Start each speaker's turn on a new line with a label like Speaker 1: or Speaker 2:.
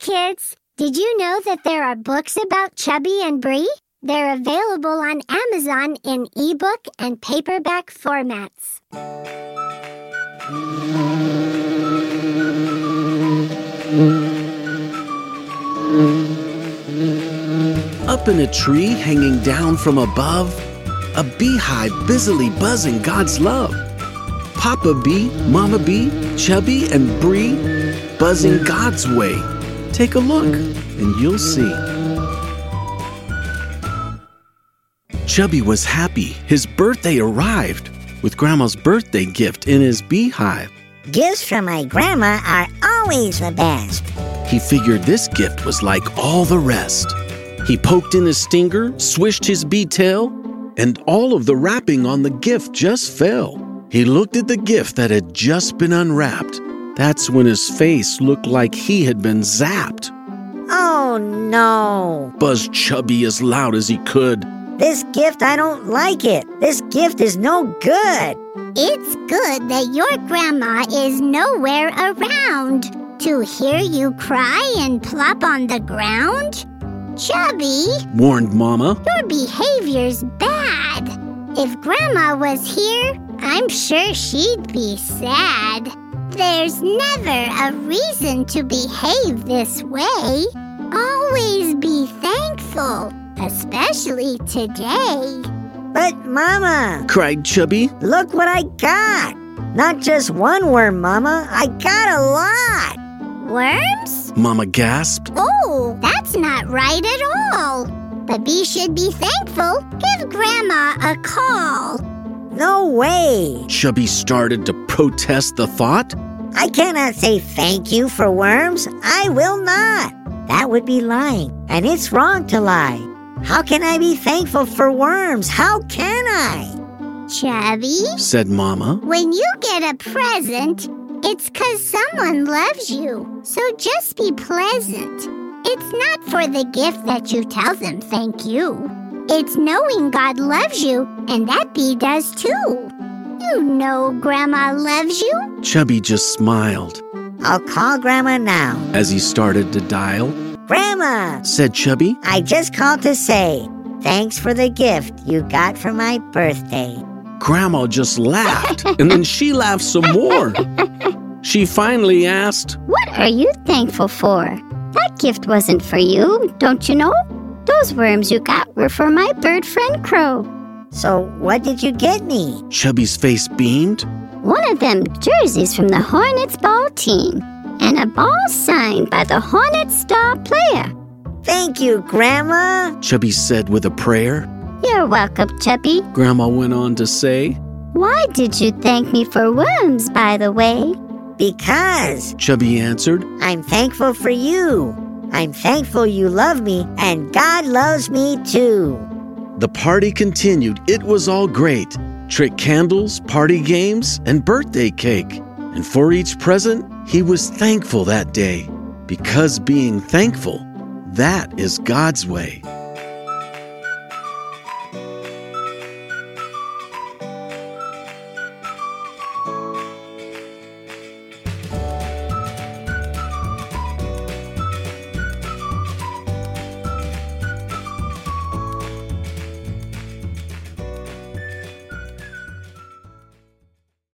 Speaker 1: kids! Did you know that there are books about Chubby and Bree? They're available on Amazon in ebook and paperback formats.
Speaker 2: Up in a tree hanging down from above, a beehive busily buzzing God's love. Papa Bee, Mama Bee, Chubby, and Bree buzzing God's way. Take a look and you'll see. Chubby was happy. His birthday arrived with Grandma's birthday gift in his beehive.
Speaker 3: Gifts from my grandma are always the best.
Speaker 2: He figured this gift was like all the rest. He poked in his stinger, swished his bee tail, and all of the wrapping on the gift just fell. He looked at the gift that had just been unwrapped. That's when his face looked like he had been zapped.
Speaker 3: Oh no.
Speaker 2: Buzzed Chubby as loud as he could.
Speaker 3: This gift, I don't like it. This gift is no good.
Speaker 1: It's good that your grandma is nowhere around to hear you cry and plop on the ground. Chubby,
Speaker 2: Warned Mama.
Speaker 1: your behavior's bad. If grandma was here, I'm sure she'd be sad. There's never a reason to behave this way. Always be thankful, especially today.
Speaker 3: But Mama,
Speaker 2: Cried Chubby.
Speaker 3: look what I got. Not just one worm, Mama. I got a lot.
Speaker 1: Worms?
Speaker 2: Mama gasped.
Speaker 1: Oh, that's not right at all. The bee should be thankful. Give Grandma a call.
Speaker 3: No way.
Speaker 2: Chubby started to protest the thought.
Speaker 3: I cannot say thank you for worms. I will not. That would be lying, and it's wrong to lie. How can I be thankful for worms? How can I?
Speaker 1: Chubby,
Speaker 2: Said Mama.
Speaker 1: when you get a present, it's 'cause someone loves you. So just be pleasant. It's not for the gift that you tell them thank you. It's knowing God loves you, and that bee does too. You know Grandma loves you.
Speaker 2: Chubby just smiled
Speaker 3: I'll call Grandma now.
Speaker 2: as he started to dial.
Speaker 3: Grandma,
Speaker 2: Said Chubby.
Speaker 3: I just called to say thanks for the gift you got for my birthday.
Speaker 2: Grandma just laughed, and then she laughed some more. She finally asked,
Speaker 4: What are you thankful for? That gift wasn't for you, don't you know? Those worms you got were for my bird friend Crow.
Speaker 3: So, what did you get me?
Speaker 2: Chubby's face beamed.
Speaker 4: One of them jerseys from the Hornets ball team, and a ball signed by the Hornets star player.
Speaker 3: Thank you, Grandma.
Speaker 2: Chubby said with a prayer.
Speaker 4: You're welcome, Chubby.
Speaker 2: Grandma went on to say,
Speaker 4: Why did you thank me for worms, by the way?
Speaker 3: Because
Speaker 2: Chubby answered,
Speaker 3: I'm thankful for you. I'm thankful you love me, and God loves me too.
Speaker 2: The party continued. It was all great. Trick candles, party games, and birthday cake. And for each present, he was thankful that day. Because being thankful, that is God's way.